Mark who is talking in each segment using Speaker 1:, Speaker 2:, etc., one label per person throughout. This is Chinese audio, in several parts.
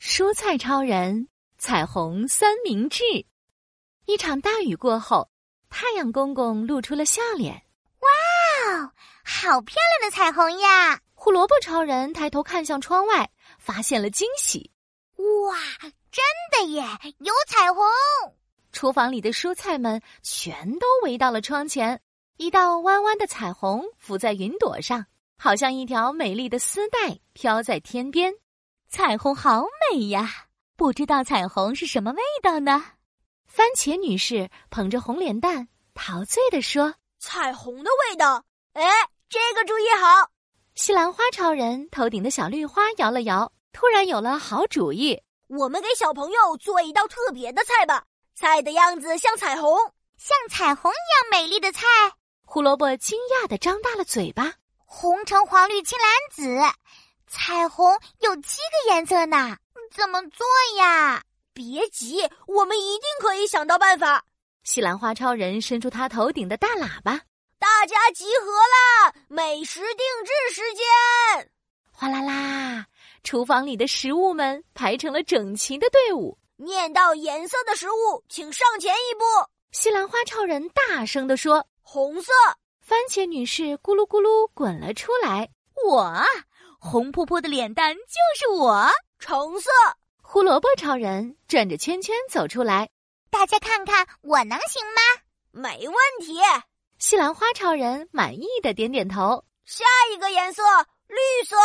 Speaker 1: 蔬菜超人、彩虹三明治。一场大雨过后，太阳公公露出了笑脸。
Speaker 2: 哦，好漂亮的彩虹呀！
Speaker 1: 胡萝卜超人抬头看向窗外，发现了惊喜。
Speaker 2: 哇，真的耶，有彩虹！
Speaker 1: 厨房里的蔬菜们全都围到了窗前，一道弯弯的彩虹浮在云朵上，好像一条美丽的丝带飘在天边。
Speaker 3: 彩虹好美呀！不知道彩虹是什么味道呢？
Speaker 1: 番茄女士捧着红脸蛋，陶醉地说
Speaker 4: 彩虹的味道。哎，这个主意好！：“
Speaker 1: 西兰花超人头顶的小绿花摇了摇，突然有了好主意。”
Speaker 4: 我们给小朋友做一道特别的菜吧，菜的样子像彩虹。
Speaker 2: 像彩虹一样美丽的菜，
Speaker 1: 胡萝卜惊讶地张大了嘴巴。
Speaker 2: 红橙黄绿青蓝紫，彩虹有七个颜色呢，嗯怎么做呀？
Speaker 4: 别急，我们一定可以想到办法。
Speaker 1: 西兰花超人伸出他头顶的大喇叭，
Speaker 4: 大家集合啦！美食定制时间，
Speaker 1: 哗啦啦，厨房里的食物们排成了整齐的队伍。
Speaker 4: 念到颜色的食物，请上前一步。
Speaker 1: 西兰花超人大声地说
Speaker 4: 红色，：“
Speaker 1: 番茄女士咕噜咕噜滚了出来。
Speaker 3: 我，红扑扑的脸蛋就是我。
Speaker 4: 橙色，”
Speaker 1: 胡萝卜超人转着圈圈走出来。
Speaker 2: 大家看看我能行吗？
Speaker 4: 没问题。
Speaker 1: 西兰花超人满意的点点头。
Speaker 4: 下一个颜色，绿色，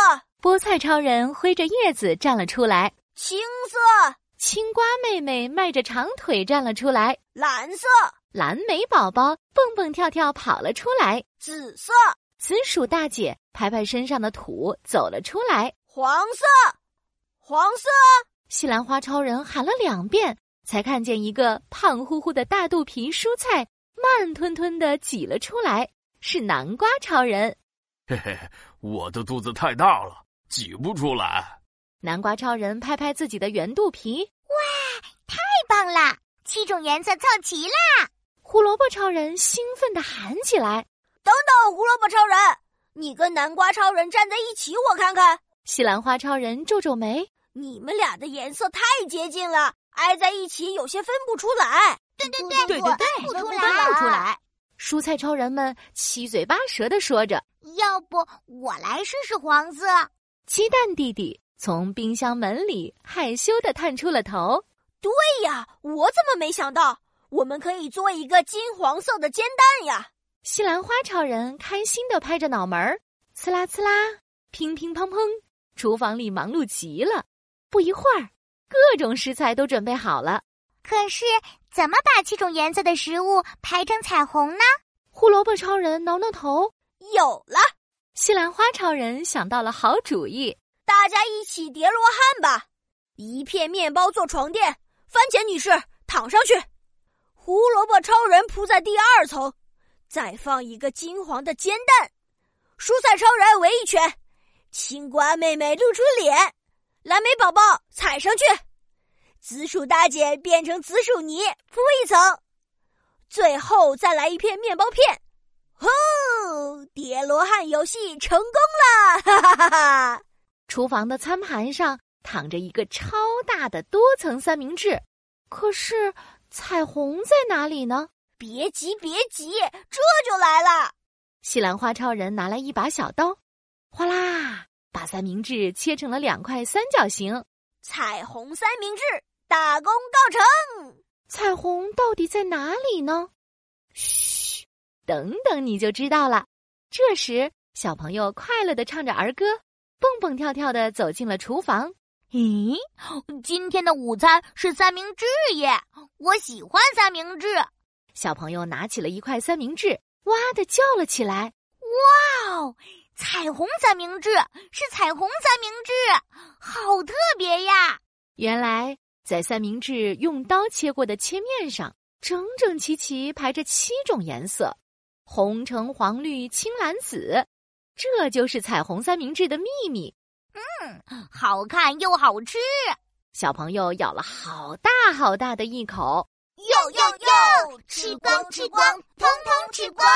Speaker 1: 菠菜超人挥着叶子站了出来。
Speaker 4: 青色，
Speaker 1: 青瓜妹妹迈着长腿站了出来。
Speaker 4: 蓝色，
Speaker 1: 蓝莓宝宝蹦蹦跳跳跑了出来。
Speaker 4: 紫色，
Speaker 1: 紫薯大姐拍拍身上的土，走了出来。
Speaker 4: 黄色，黄色，
Speaker 1: 西兰花超人喊了两遍，才看见一个胖乎乎的大肚皮蔬菜慢吞吞的挤了出来，是南瓜超人。
Speaker 5: 嘿嘿，我的肚子太大了，挤不出来。
Speaker 1: 南瓜超人拍拍自己的圆肚皮，
Speaker 2: 太棒啦！七种颜色凑齐了，
Speaker 1: 胡萝卜超人兴奋地喊起来。
Speaker 4: 到胡萝卜超人，你跟南瓜超人站在一起，我看看。
Speaker 1: 西兰花超人皱皱眉，
Speaker 4: 你们俩的颜色太接近了，挨在一起有些分不出来。
Speaker 2: 对对
Speaker 3: 对对
Speaker 2: 我
Speaker 3: 对
Speaker 2: 分不
Speaker 3: 分
Speaker 2: 出
Speaker 3: 不
Speaker 2: 来，
Speaker 3: 出来。
Speaker 1: 蔬菜超人们七嘴八舌地说着。
Speaker 2: 要不我来试试黄色？
Speaker 4: 哎
Speaker 1: 鸡蛋弟弟从冰箱门里害羞地探出了头。
Speaker 4: 哎呀，我怎么没想到？我们可以做一个金黄色的煎蛋呀！
Speaker 1: 西兰花超人开心地拍着脑门儿，呲啦呲啦，乒乒乓乓，厨房里忙碌极了。不一会儿，各种食材都准备好了。
Speaker 2: 可是怎么把七种颜色的食物排成彩虹呢？
Speaker 1: 胡萝卜超人挠挠头，
Speaker 4: 有了，
Speaker 1: 西兰花超人想到了好主意。
Speaker 4: 大家一起叠罗汉吧！一片面包做床垫，番茄女士躺上去，胡萝卜超人铺在第二层，再放一个金黄的煎蛋，蔬菜超人围一圈，青瓜妹妹露出脸，蓝莓宝宝踩上去，紫薯大姐变成紫薯泥铺一层，最后再来一片面包片。吼！叠罗汉游戏成功了，哈哈哈哈！
Speaker 1: 厨房的餐盘上躺着一个超大的多层三明治，可是彩虹在哪里呢？
Speaker 4: 别急，别急，这就来了。
Speaker 1: 西兰花超人拿来一把小刀，哗啦，把三明治切成了两块三角形。
Speaker 4: 彩虹三明治大功告成。
Speaker 1: 彩虹到底在哪里呢？嘘，等等你就知道了。这时，小朋友快乐的唱着儿歌，蹦蹦跳跳的走进了厨房。
Speaker 2: 咦，今天的午餐是三明治耶！我喜欢三明治。
Speaker 1: 小朋友拿起了一块三明治，哇的叫了起来。
Speaker 2: 哦，彩虹三明治是彩虹三明治，好特别呀！
Speaker 1: 原来，在三明治用刀切过的切面上，整整齐齐排着七种颜色：红、橙、黄、绿、青、蓝、紫。这就是彩虹三明治的秘密。
Speaker 2: 好看又好吃，
Speaker 1: 小朋友咬了好大好大的一口，
Speaker 2: 哟哟哟，吃光吃光，通通吃光。